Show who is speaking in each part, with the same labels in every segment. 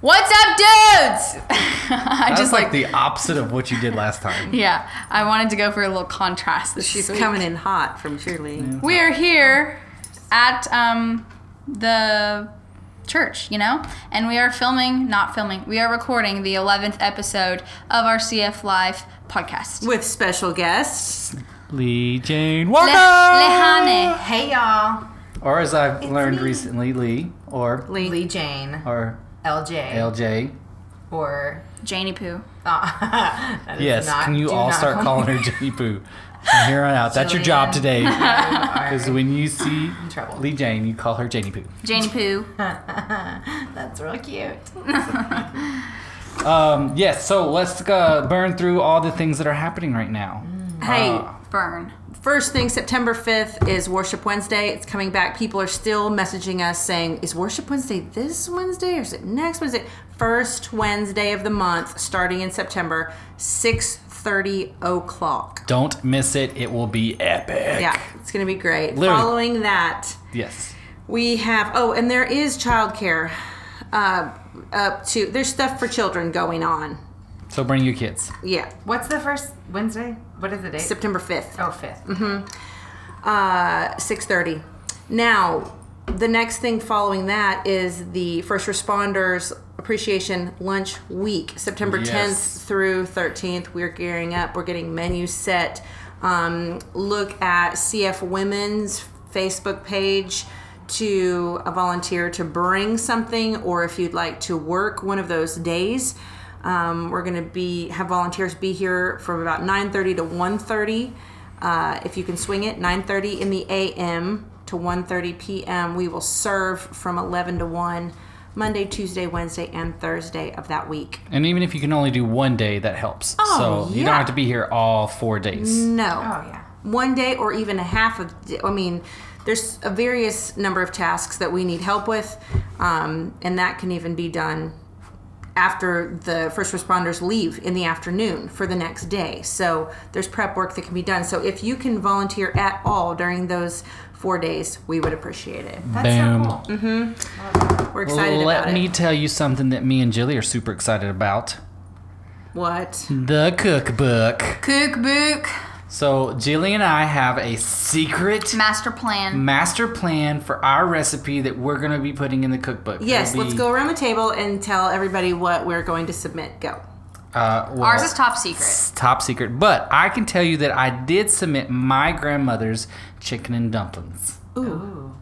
Speaker 1: What's up, dudes? I
Speaker 2: That's
Speaker 1: just like,
Speaker 2: the opposite of what you did last time.
Speaker 1: yeah. I wanted to go for a little contrast. This
Speaker 3: She's
Speaker 1: week.
Speaker 3: coming in hot from cheerleading.
Speaker 1: We are here at um, the church, you know, and we are filming, not filming. We are recording the eleventh episode of our CF Live podcast.
Speaker 3: With special guests.
Speaker 2: Lee Jane
Speaker 1: Le-
Speaker 2: Walker,
Speaker 1: Lehane.
Speaker 4: Hey y'all,
Speaker 2: or as I've learned recently, Lee or
Speaker 3: Lee.
Speaker 4: Lee Jane,
Speaker 2: or
Speaker 4: LJ,
Speaker 2: LJ.
Speaker 4: or
Speaker 1: Janie Poo.
Speaker 4: uh, that is
Speaker 2: Yes,
Speaker 4: not-
Speaker 2: can you
Speaker 4: do
Speaker 2: all
Speaker 4: not
Speaker 2: start
Speaker 4: call
Speaker 2: calling
Speaker 4: me-
Speaker 2: her Jenny Poo from here on out? That's your job
Speaker 4: Jillian.
Speaker 2: today.
Speaker 4: You are-
Speaker 2: Because when you see
Speaker 4: trouble.
Speaker 2: Lee Jane, you call her Janie Poo.
Speaker 1: Janie Poo.
Speaker 4: That's real cute.
Speaker 2: Um, yes, so let's uh, burn through all the things that are happening right now.
Speaker 3: Hey,
Speaker 1: Burn.
Speaker 3: first thing, September 5th is Worship Wednesday. It's coming back. People are still messaging us saying, is Worship Wednesday this Wednesday or is it next Wednesday? First Wednesday of the month, starting in September, 6.30 o'clock.
Speaker 2: Don't miss it, it will be epic.
Speaker 3: Yeah, it's going to be great.
Speaker 2: Literally.
Speaker 3: Following that,
Speaker 2: Yes.
Speaker 3: We have oh, and there is childcare uh, up to there's stuff for children going on.
Speaker 2: So bring your kids.
Speaker 3: Yeah,
Speaker 4: What's the first Wednesday? What is the date?
Speaker 3: September fifth,
Speaker 4: oh, 5th.
Speaker 3: uh, six thirty. Now, the next thing following that is the first responders appreciation lunch week, September
Speaker 2: Yes.
Speaker 3: tenth through thirteenth. We're gearing up. We're getting menus set. Um, look at CF Women's Facebook page to uh, volunteer to bring something, or if you'd like to work one of those days. Um, we're going to be have volunteers be here from about 9:30 to 1:30. Uh, if you can swing it, 9:30 in the a.m. to 1:30 p.m. We will serve from 11 to 1 Monday, Tuesday, Wednesday, and Thursday of that week.
Speaker 2: And even if you can only do one day, that helps.
Speaker 3: Oh,
Speaker 2: so you don't
Speaker 3: yeah. Mm,
Speaker 2: have to be here all four days.
Speaker 3: No.
Speaker 4: Oh, yeah.
Speaker 3: one day or even a half of i mean there's a various number of tasks that we need help with um, and that can even be done after the first responders leave in the afternoon for the next day so there's prep work that can be done so if you can volunteer at all during those four days we would appreciate it
Speaker 4: That's
Speaker 2: Boom.
Speaker 4: so cool.
Speaker 3: we're excited
Speaker 2: Let
Speaker 3: about
Speaker 2: me
Speaker 3: it
Speaker 2: tell you something that me and Jilly are super excited about.
Speaker 3: what
Speaker 2: The cookbook.
Speaker 1: Cookbook.
Speaker 2: So Jilly and I have a secret
Speaker 1: Master plan.
Speaker 2: master plan for our recipe that we're gonna be putting in the cookbook.
Speaker 3: yes
Speaker 2: It'll
Speaker 3: let's
Speaker 2: be,
Speaker 3: go around the table and tell everybody what we're going to submit go
Speaker 2: Uh, well,
Speaker 1: Ours is top secret.
Speaker 2: it's top secret. But I can tell you that I did submit my grandmother's chicken and dumplings.
Speaker 4: Ooh,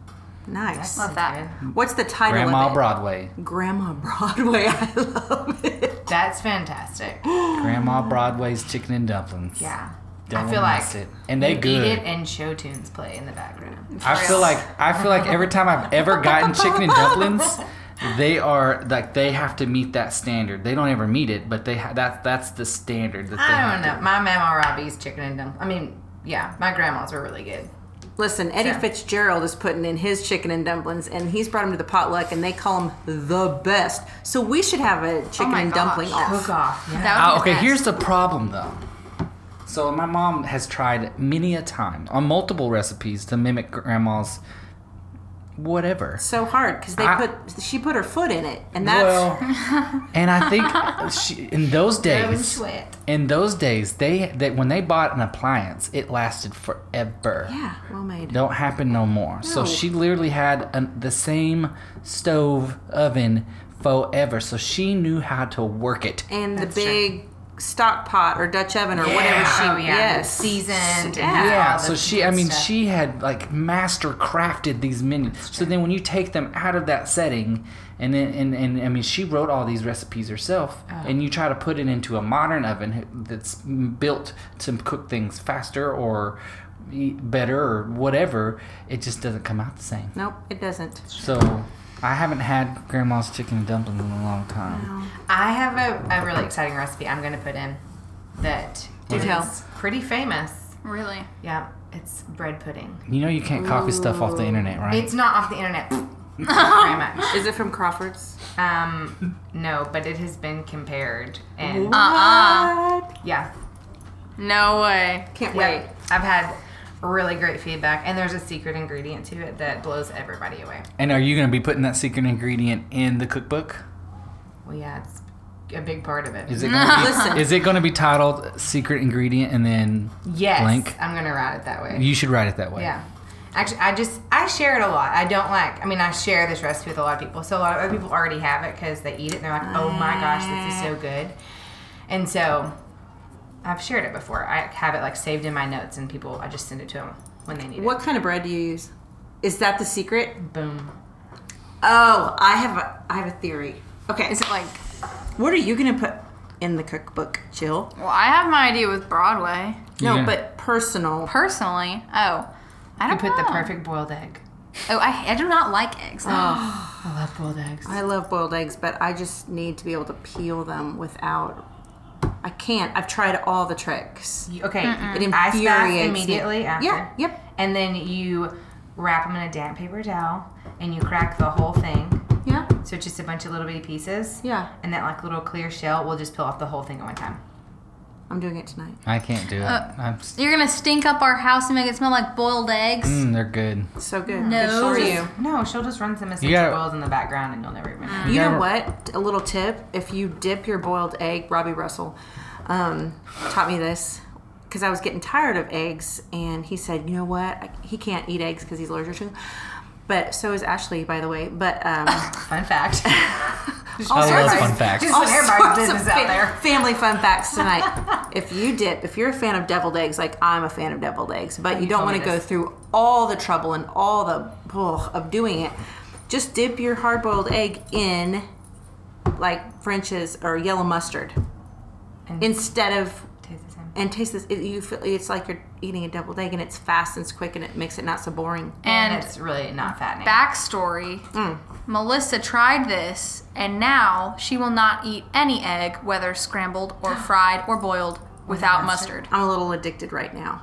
Speaker 3: nice
Speaker 1: Love that.
Speaker 3: what's the title of
Speaker 2: Grandma
Speaker 3: it?
Speaker 2: Broadway.
Speaker 3: Grandma Broadway. I love it.
Speaker 4: That's fantastic.
Speaker 2: Grandma Broadway's chicken and dumplings.
Speaker 4: Yeah.
Speaker 2: Don't
Speaker 4: I feel
Speaker 2: miss
Speaker 4: like
Speaker 2: it. And they
Speaker 4: you
Speaker 2: good.
Speaker 4: eat it and show tunes play in the background.
Speaker 2: I feel like I feel like every time I've ever gotten chicken and dumplings, they are like they have to meet that standard. They don't ever meet it, but they ha- that that's the standard that they
Speaker 4: I
Speaker 2: have
Speaker 4: don't know. My Mama Robbie's chicken and dumplings. I mean, yeah, my grandma's were really good.
Speaker 3: Listen, Eddie
Speaker 4: Yeah.
Speaker 3: Fitzgerald is putting in his chicken and dumplings, and he's brought them to the potluck, and they call him the best. So we should have a chicken
Speaker 1: my
Speaker 3: and
Speaker 1: gosh.
Speaker 3: dumpling off.
Speaker 4: Cook off. Yeah.
Speaker 1: That would
Speaker 2: Ah,
Speaker 1: be
Speaker 2: okay,
Speaker 1: the
Speaker 2: here's
Speaker 1: best.
Speaker 2: the problem though. So my mom has tried many a time on multiple recipes to mimic grandma's whatever.
Speaker 3: So hard because they
Speaker 2: I-
Speaker 3: put she put her foot in it, and that's
Speaker 2: Well, and I think she, in those
Speaker 4: Don't
Speaker 2: days,
Speaker 4: sweat.
Speaker 2: in those days, they that when they bought an appliance, it lasted forever.
Speaker 3: yeah, well made.
Speaker 2: don't happen no more. So
Speaker 3: No.
Speaker 2: she literally had an, the same stove oven forever. So she knew how to work it.
Speaker 3: And the big stock pot or Dutch oven or whatever she
Speaker 4: oh, yeah.
Speaker 3: yes
Speaker 4: Seasoned.
Speaker 3: Yeah.
Speaker 2: Yeah,
Speaker 4: all
Speaker 2: so
Speaker 4: the
Speaker 2: she,
Speaker 4: good
Speaker 2: I mean,
Speaker 4: stuff.
Speaker 2: she had like master crafted these menus. So then when you take them out of that setting, and then, and, and I mean, she wrote all these recipes herself,
Speaker 4: Oh.
Speaker 2: and you try to put it into a modern oven that's built to cook things faster or e- better or whatever, it just doesn't come out the same.
Speaker 3: Nope, it doesn't.
Speaker 2: So I haven't had grandma's chicken and dumplings in a long time.
Speaker 4: I have a, a really exciting recipe I'm going to put in that
Speaker 3: Do
Speaker 4: is
Speaker 3: tell.
Speaker 4: pretty famous.
Speaker 1: Really.
Speaker 4: Yeah, it's bread pudding.
Speaker 2: You know you can't copy stuff off the internet, right?
Speaker 4: It's not off the internet very much.
Speaker 3: Is it from Crawford's?
Speaker 4: Um, no, but it has been compared. And
Speaker 3: Uh-uh.
Speaker 4: yeah,
Speaker 1: No way.
Speaker 3: Can't
Speaker 4: yeah,
Speaker 3: wait.
Speaker 4: I've had really great feedback. And there's a secret ingredient to it that blows everybody away.
Speaker 2: And are you going to be putting that secret ingredient in the cookbook?
Speaker 4: Well, yeah, it's a big part of it.
Speaker 2: Is it gonna
Speaker 3: Listen.
Speaker 2: be, is it going to be titled secret ingredient and then
Speaker 4: yes,
Speaker 2: blank?
Speaker 4: I'm gonna write it that way.
Speaker 2: you should write it that way.
Speaker 4: Yeah. Actually, I just I share it a lot. I don't like. I mean, I share this recipe with a lot of people, so a lot of other people already have it because they eat it and they're like, "Oh my gosh, this
Speaker 2: Ah.
Speaker 4: is so good," and so I've shared it before. I have it like saved in my notes, and people I just send it to them when they need
Speaker 3: What kind of bread do you use? Is that the secret?
Speaker 4: it. Boom.
Speaker 3: Oh, I have a I have a theory. Okay,
Speaker 5: Is it like?
Speaker 3: what are you gonna put in the cookbook, Jill?
Speaker 5: Well, I have my idea with Broadway.
Speaker 3: No,
Speaker 2: Yeah.
Speaker 3: but personal.
Speaker 1: Personally, oh, I
Speaker 4: You
Speaker 1: don't
Speaker 4: put the
Speaker 1: know.
Speaker 4: perfect Oh. boiled egg.
Speaker 1: Oh, I, I do not like eggs.
Speaker 4: I love boiled eggs.
Speaker 3: I love boiled eggs, but I just need to be able to peel them without. I can't. I've tried all the tricks.
Speaker 4: You- Okay,
Speaker 3: It
Speaker 4: I spice
Speaker 3: infuriates me.
Speaker 4: immediately after.
Speaker 3: Yeah, yep.
Speaker 4: And then you wrap them in a damp paper towel, and you crack the whole thing.
Speaker 3: Yeah,
Speaker 4: So it's just a bunch of little bitty pieces.
Speaker 3: Yeah.
Speaker 4: And that like little clear shell will just peel off the whole thing at one time.
Speaker 3: I'm doing it tonight.
Speaker 2: I can't do it. I'm, s-
Speaker 1: You're gonna stink up our house and make it smell like boiled eggs.
Speaker 2: mm, they're good.
Speaker 3: So good.
Speaker 1: No.
Speaker 3: Good for
Speaker 1: Just-
Speaker 3: you.
Speaker 4: No, she'll just run some essential
Speaker 2: You gotta-
Speaker 4: oils in the background and you'll never even know.
Speaker 3: You know
Speaker 2: never-
Speaker 3: what? A little tip: if you dip your boiled egg, Robbie Russell um, taught me this because I was getting tired of eggs, and he said, "You know what? I, he can't eat eggs because he's allergic to." them. But so is Ashley, by the way. But um,
Speaker 4: Fun fact.
Speaker 2: I love
Speaker 3: sorts of-
Speaker 2: fun facts.
Speaker 4: Just so
Speaker 3: sorts
Speaker 4: everybody's
Speaker 3: of
Speaker 4: business out
Speaker 3: fa-
Speaker 4: there.
Speaker 3: family fun facts tonight. if you dip, if you're a fan of deviled eggs, like I'm a fan of deviled eggs, but you, don't
Speaker 4: told
Speaker 3: want
Speaker 4: me
Speaker 3: to go
Speaker 4: this.
Speaker 3: through all the trouble and all the ugh, of doing it, just dip your hard-boiled egg in like French's or yellow mustard
Speaker 4: And-
Speaker 3: instead of
Speaker 4: Tastes the same.
Speaker 3: and taste this. It, you feel it's like you're eating a deviled egg, and it's fast and it's quick, and it makes it not so boring.
Speaker 4: And,
Speaker 1: And
Speaker 4: it's really not fattening.
Speaker 1: backstory:
Speaker 4: Mm.
Speaker 1: Melissa tried this, and now she will not eat any egg, whether scrambled or fried or boiled, without mustard.
Speaker 3: I'm a little addicted right now,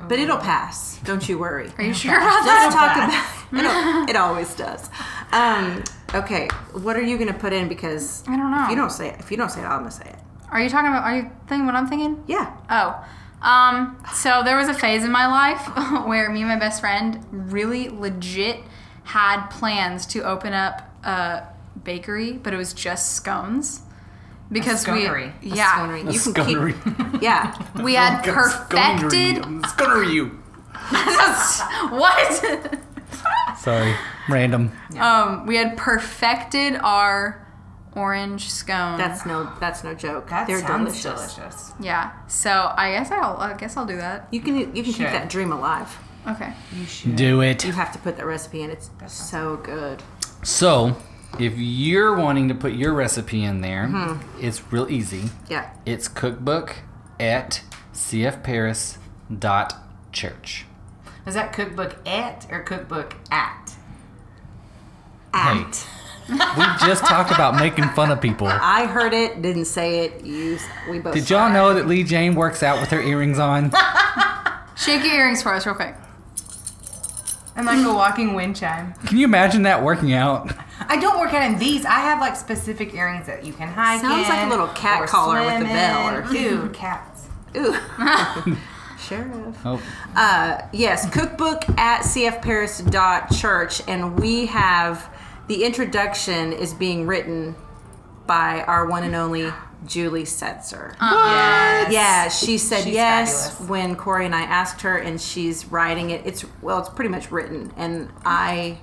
Speaker 3: but
Speaker 4: Oh.
Speaker 3: it'll pass. Don't you worry.
Speaker 1: Are you sure about that?
Speaker 3: Let's talk about it. It always does. Um, okay, what are you gonna put in? Because
Speaker 1: I don't know.
Speaker 3: If you don't say it, if you don't say it, I'm gonna say it.
Speaker 1: Are you talking about? Are you thinking what I'm thinking?
Speaker 3: Yeah.
Speaker 1: Oh. Um, so there was a phase in my life where me and my best friend really legit had plans to open up a bakery, but it was just scones. Because
Speaker 4: sconery.
Speaker 1: we yeah,
Speaker 3: Sconery. You
Speaker 2: Discovery.
Speaker 3: keep. Yeah.
Speaker 1: we had perfected
Speaker 2: Scurry you.
Speaker 1: what?
Speaker 2: Sorry, random.
Speaker 1: um, we had perfected our orange scone.
Speaker 3: That's no. That's no joke.
Speaker 4: that
Speaker 3: They're
Speaker 4: sounds
Speaker 3: delicious.
Speaker 4: delicious.
Speaker 1: yeah. So I guess I'll I guess I'll do that.
Speaker 3: You can. You can
Speaker 4: Sure.
Speaker 3: keep that dream alive.
Speaker 1: Okay.
Speaker 4: You should.
Speaker 2: Do it.
Speaker 3: You have to put that recipe in. It's so good.
Speaker 2: So, if you're wanting to put your recipe in there, it's real easy.
Speaker 3: Yeah.
Speaker 2: It's cookbook at cfparis.church.
Speaker 4: Is that cookbook at or cookbook at?
Speaker 2: Hey,
Speaker 3: Act.
Speaker 2: we just talked about making fun of people.
Speaker 3: I heard it. Didn't say it. You. We both.
Speaker 2: Did
Speaker 3: saw
Speaker 2: y'all
Speaker 3: it.
Speaker 2: know that Lee Jane works out with her earrings on?
Speaker 1: Shake your earrings for us real quick.
Speaker 4: I'm like a walking wind chime.
Speaker 2: Can you imagine that working out?
Speaker 4: I don't work out in these. I have like specific earrings that you can hike
Speaker 3: Sounds like a
Speaker 4: in
Speaker 3: little cat
Speaker 4: or
Speaker 3: collar with a
Speaker 4: swim in.
Speaker 3: bell or-
Speaker 4: Dude, cats.
Speaker 3: Ooh. Sheriff.
Speaker 2: Oh,
Speaker 3: Uh, yes, cookbook at cfparis.church, and we have the introduction is being written by our one and only Julie Setzer.
Speaker 4: Uh, Yes.
Speaker 3: Yeah, she said
Speaker 4: She's
Speaker 3: yes
Speaker 4: fabulous.
Speaker 3: when Corey and I asked her, and she's writing it. It's well, it's pretty much written, and I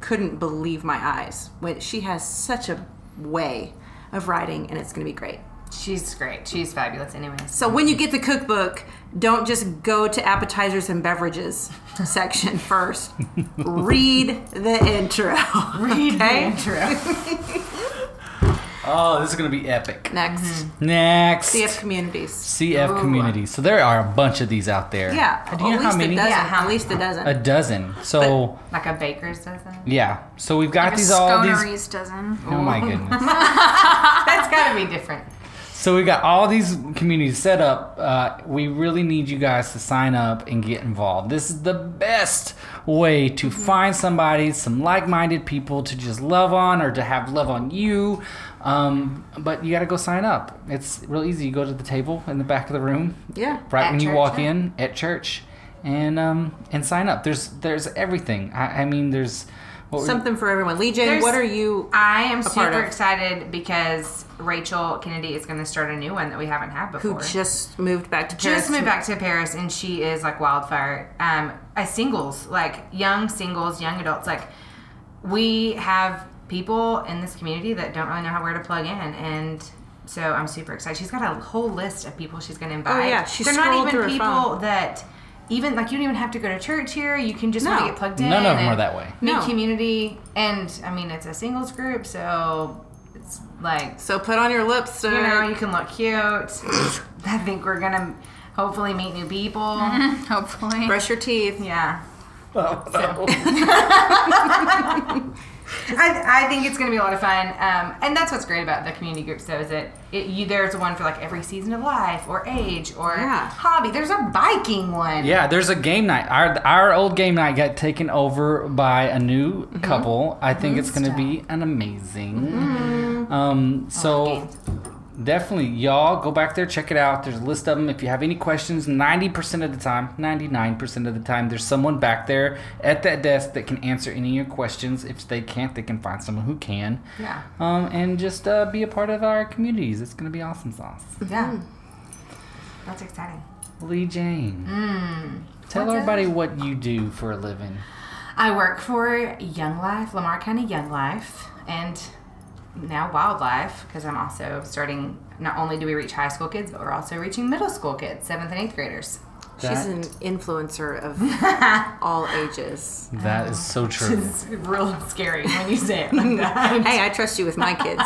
Speaker 3: couldn't believe my eyes when she has such a way of writing, and it's going to be great.
Speaker 4: She's great. She's fabulous. Anyways.
Speaker 3: So when you get the cookbook, don't just go to appetizers and beverages section first. Read the intro. Read okay?
Speaker 4: intro.
Speaker 2: oh, this is gonna be epic.
Speaker 3: Next,
Speaker 4: Mm-hmm.
Speaker 2: Next,
Speaker 3: CF communities.
Speaker 2: CF community. So there are a bunch of these out there.
Speaker 3: Yeah,
Speaker 2: Do you
Speaker 3: at
Speaker 2: know how
Speaker 3: least
Speaker 2: many?
Speaker 3: a dozen.
Speaker 4: Yeah, how-
Speaker 3: at least a dozen.
Speaker 2: A dozen. So.
Speaker 4: Like a baker's dozen.
Speaker 2: Yeah. So we've got
Speaker 1: Like a
Speaker 2: these all these.
Speaker 1: sconeries dozen.
Speaker 2: Oh my goodness.
Speaker 4: That's gotta be different.
Speaker 2: so we got all these communities set up. Uh, we really need you guys to sign up and get involved. This is the best way to
Speaker 4: Mm-hmm.
Speaker 2: find somebody, some like-minded people to just love on or to have love on you. Um, but you got to go sign up. It's real easy. You go to the table in the back of the room.
Speaker 3: Yeah.
Speaker 2: Right
Speaker 4: At
Speaker 2: when you
Speaker 4: church,
Speaker 2: walk
Speaker 4: yeah.
Speaker 2: in at church, and um, and sign up. There's there's everything. I, I mean, there's What were-
Speaker 3: Something for everyone. Lee Jane,
Speaker 4: There's-
Speaker 3: what are you?
Speaker 4: I am
Speaker 3: part
Speaker 4: super
Speaker 3: of.
Speaker 4: excited because Rachel Kennedy is going to start a new one that we haven't had before.
Speaker 3: Who just moved back to Paris?
Speaker 4: just moved back to Paris and she is like wildfire. Um, as singles, like young singles, young adults, like we have people in this community that don't really know how where to plug in and so I'm super excited. She's got a whole list of people she's gonna invite.
Speaker 3: Oh, yeah, she
Speaker 4: They're not
Speaker 3: scrolled
Speaker 4: even
Speaker 3: through her
Speaker 4: people
Speaker 3: phone.
Speaker 4: that even like you don't even have to go to church here. You can just
Speaker 3: No.
Speaker 4: want to get plugged in.
Speaker 2: None of them
Speaker 4: and
Speaker 2: are that way.
Speaker 4: Meet
Speaker 3: No.
Speaker 4: community and I mean it's a singles group, so it's like
Speaker 3: So put on your lipstick.
Speaker 4: you know, you can look cute. I think we're gonna hopefully meet new people.
Speaker 1: Mm-hmm. Hopefully.
Speaker 3: brush your teeth.
Speaker 4: Yeah.
Speaker 2: Oh,
Speaker 4: I, I think it's going to be a lot of fun, um, and that's what's great about the community groups, though, is that it, you, there's one for like every season of life or age or
Speaker 3: Yeah.
Speaker 4: hobby. There's a biking one.
Speaker 2: Yeah, there's a game night. Our our old game night got taken over by a new couple. I think it's going to be an amazing. Um, so
Speaker 4: games.
Speaker 2: definitely, y'all go back there, check it out. There's a list of them. If you have any questions, 90% of the time, 99% of the time, there's someone back there at that desk that can answer any of your questions. If they can't, they can find someone who can.
Speaker 4: Yeah.
Speaker 2: Um, and just uh, be a part of our communities. It's going to be awesome sauce.
Speaker 4: Yeah. That's exciting.
Speaker 2: Lee Jane.
Speaker 4: Mm.
Speaker 2: Tell everybody what you do for a living.
Speaker 4: I work for Young Life, Lamar County Young Life, and now Wildlife because I'm also starting. Not only do we reach high school kids, but we're also reaching middle school kids, seventh and eighth graders.
Speaker 2: That-
Speaker 3: She's an influencer of all ages.
Speaker 2: That is so
Speaker 4: Oh.
Speaker 2: true,
Speaker 4: It's real scary when you say it like that.
Speaker 3: Hey, I trust you with my kids.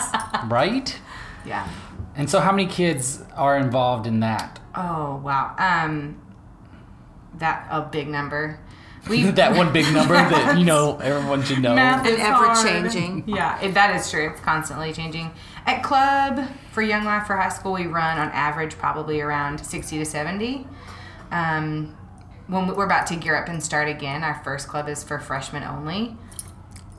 Speaker 2: right?
Speaker 4: yeah.
Speaker 2: And so, how many kids are involved in that?
Speaker 4: Oh wow. Um, that a big number. We
Speaker 2: that one big number that you know everyone should know.
Speaker 4: Math
Speaker 3: And
Speaker 4: is
Speaker 3: ever
Speaker 4: hard.
Speaker 3: changing.
Speaker 4: Yeah, it, that is true. It's constantly changing. At club for young life for high school, we run on average probably around sixty to seventy. Um, when we- we're about to gear up and start again, our first club is for freshmen only.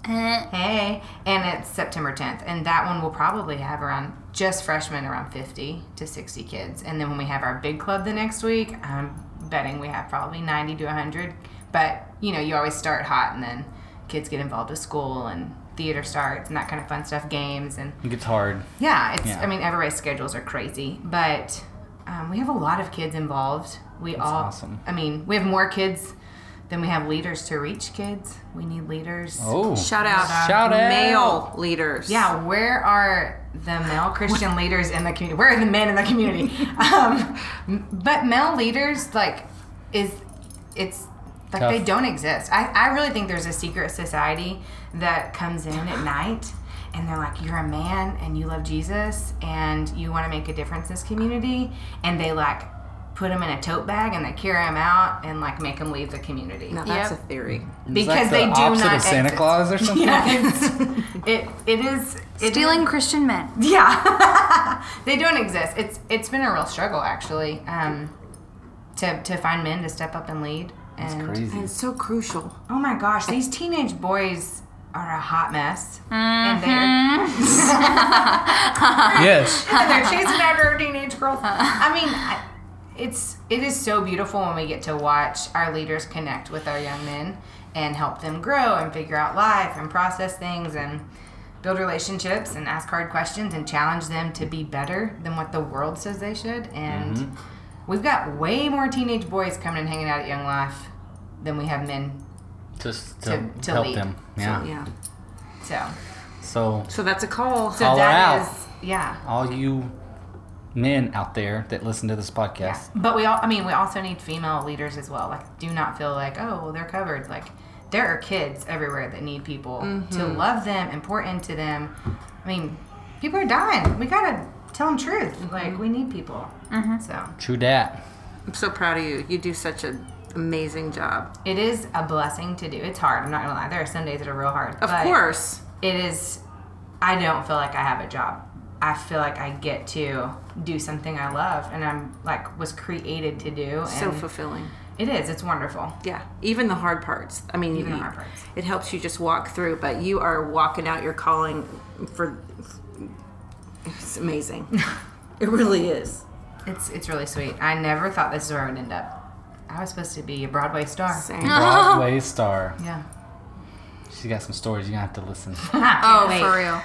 Speaker 1: Eh.
Speaker 4: Hey, and it's September 10th, and that one will probably have around just freshmen around 50 to 60 kids. And then when we have our big club the next week, I'm betting we have probably 90 to 100. But you know, you always start hot, and then kids get involved with school and theater starts and that kind of fun stuff, games and
Speaker 2: It gets hard.
Speaker 4: yeah, it's.
Speaker 2: Yeah.
Speaker 4: I mean, everybody's schedules are crazy, but um, we have a lot of kids involved. We all.
Speaker 2: awesome.
Speaker 4: I mean, we have more kids than we have leaders to reach kids. We need leaders.
Speaker 2: Oh,
Speaker 3: Shout out,
Speaker 2: Shout out.
Speaker 3: male leaders.
Speaker 4: Yeah, where are the male Christian leaders in the community? Where are the men in the community? um, but male leaders, like, is it's like
Speaker 2: Tough.
Speaker 4: they don't exist. I, I really think there's a secret society that comes in at night and they're like, you're a man and you love Jesus and you want to make a difference in this community. And they like put them in a tote bag and they carry them out and like make them leave the community.
Speaker 3: Now that's
Speaker 1: Yep.
Speaker 3: a theory.
Speaker 2: Is that
Speaker 4: Because
Speaker 2: the
Speaker 4: they do
Speaker 2: opposite
Speaker 4: not
Speaker 2: of Santa
Speaker 4: exist.
Speaker 2: Claus or something.
Speaker 4: Yeah, it's- it, it is. it is-
Speaker 1: Stealing Christian men.
Speaker 4: yeah, they don't exist. It's it's been a real struggle actually um, to to find men to step up and lead.
Speaker 2: It's
Speaker 4: And
Speaker 2: crazy.
Speaker 3: And it's so crucial.
Speaker 4: oh my gosh, these teenage boys are a hot mess, and they're
Speaker 2: yes.
Speaker 4: and they're chasing after our teenage girls. I mean. I, it's it is so beautiful when we get to watch our leaders connect with our young men and help them grow and figure out life and process things and build relationships and ask hard questions and challenge them to be better than what the world says they should and we've got way more teenage boys coming and hanging out at young life than we have men
Speaker 2: Just to,
Speaker 4: To- to
Speaker 2: help
Speaker 4: lead.
Speaker 2: them. Yeah.
Speaker 3: Yeah.
Speaker 4: so
Speaker 2: So,
Speaker 3: So that's a call.
Speaker 4: so
Speaker 2: Holler out.
Speaker 4: that is yeah
Speaker 2: all you men out there that listen to this
Speaker 4: Yeah.
Speaker 2: podcast,
Speaker 4: But we all, I mean, we also need female leaders as well. Like, do not feel like, oh, well, they're covered. Like, there are kids everywhere that need people to
Speaker 3: Mm-hmm.
Speaker 4: love them, important to them. I mean, people are dying. We gotta tell them truth.
Speaker 3: Mm-hmm.
Speaker 4: Like, we need people. So
Speaker 2: true dat.
Speaker 3: I'm so proud of you. You do such an amazing job.
Speaker 4: it is a blessing to do. It's hard. I'm not gonna lie. There are some days that are real hard.
Speaker 3: Of
Speaker 4: but
Speaker 3: course.
Speaker 4: it is. I don't feel like I have a job. I feel like I get to do something I love, and I'm like was created to do.
Speaker 3: So
Speaker 4: and
Speaker 3: fulfilling.
Speaker 4: it is. It's wonderful.
Speaker 3: Yeah. Even the hard parts. I mean,
Speaker 4: Even the
Speaker 3: you-
Speaker 4: hard parts.
Speaker 3: it helps you just walk through, but you are walking out your calling for. It's amazing. it really is.
Speaker 4: It's it's really sweet. I never thought this is where I would end up. I was supposed to be a Broadway star.
Speaker 3: Same.
Speaker 2: Broadway star.
Speaker 4: Yeah.
Speaker 2: She's got some stories. You're going to have to listen.
Speaker 5: Oh,
Speaker 4: wait.
Speaker 5: for real.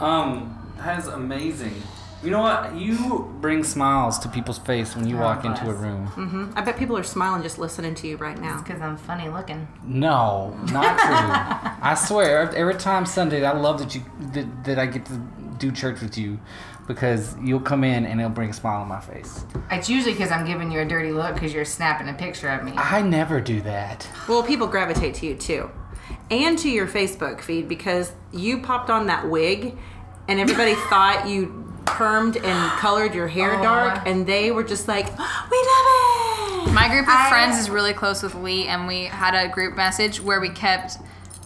Speaker 2: Um, that is amazing. You know what? You bring smiles to people's face when you walk into a
Speaker 4: bless.
Speaker 2: room.
Speaker 3: hmm I bet people are smiling just listening to you right now.
Speaker 4: Because I'm funny looking.
Speaker 2: No, not true. I swear, every time Sunday, I love that you that, that I get to do church with you because you'll come in and it'll bring a smile on my face.
Speaker 4: It's usually because I'm giving you a dirty look because you're snapping a picture of me.
Speaker 2: I never do that.
Speaker 3: Well, people gravitate to you too, and to your Facebook feed because you popped on that wig, and everybody thought you permed and colored your hair dark, and they were just like, "We love it."
Speaker 1: My group of friends is really close with Lee, and we had a group message where we kept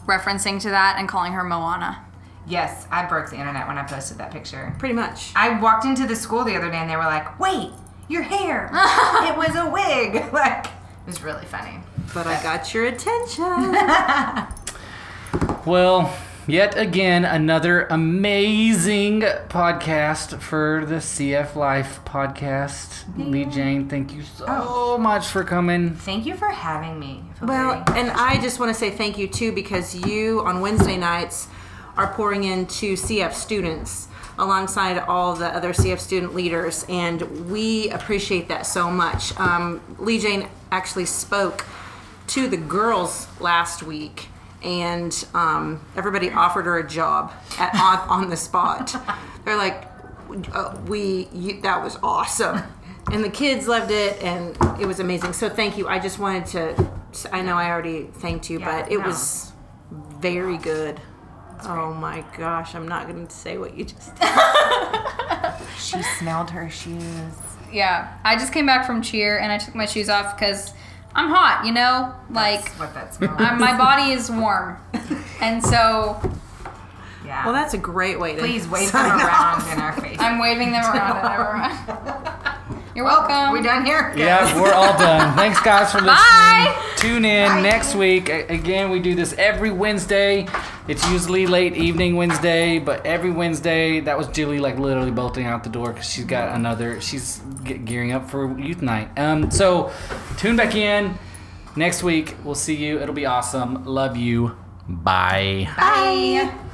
Speaker 1: referencing to that and calling her Moana.
Speaker 4: Yes, I broke the internet when I posted that picture.
Speaker 3: Pretty much.
Speaker 4: I walked into the school the other day and they were like, wait, your hair. it was a wig. Like, it was really funny.
Speaker 3: But I got your attention.
Speaker 2: Well, yet again, another amazing podcast for the CF Life podcast. Lee Jane, thank you Oh. so much for coming.
Speaker 4: Thank you for having me. I feel
Speaker 3: Well,
Speaker 4: very-
Speaker 3: and I just want to say thank you too because you on Wednesday nights are pouring into CF students alongside all the other CF student leaders, and we appreciate that so much. Um, Lee Jane actually spoke to the girls last week. And um, everybody offered her a job at, on, on the spot. They're like, uh, "We, you, that was awesome." and the kids loved it and it was amazing so thank you i just wanted to i know i already thanked you
Speaker 4: Yeah,
Speaker 3: but it
Speaker 4: no.
Speaker 3: was very good oh my gosh i'm not going to say what you just did
Speaker 4: she smelled her shoes.
Speaker 1: Yeah, I just came back from cheer and I took my shoes off because I'm hot, you know? Like,
Speaker 4: That's what that smelled
Speaker 1: i my body is warm. And so
Speaker 4: Yeah.
Speaker 3: well that's a great way to
Speaker 4: Please wave them
Speaker 3: sign
Speaker 4: around
Speaker 3: off.
Speaker 4: in our face.
Speaker 1: I'm waving them around at everyone. You're welcome.
Speaker 4: we done here?
Speaker 2: Yeah, we're all done. Thanks, guys, for listening.
Speaker 1: Bye.
Speaker 2: Tune in next week. A- Again, we do this every Wednesday. It's usually late evening Wednesday, but every Wednesday, that was Julie like literally bolting out the door because she's got another. She's ge- gearing up for youth night. Um, so tune back in next week. We'll see you. It'll be awesome. Love you. Bye.
Speaker 4: Bye.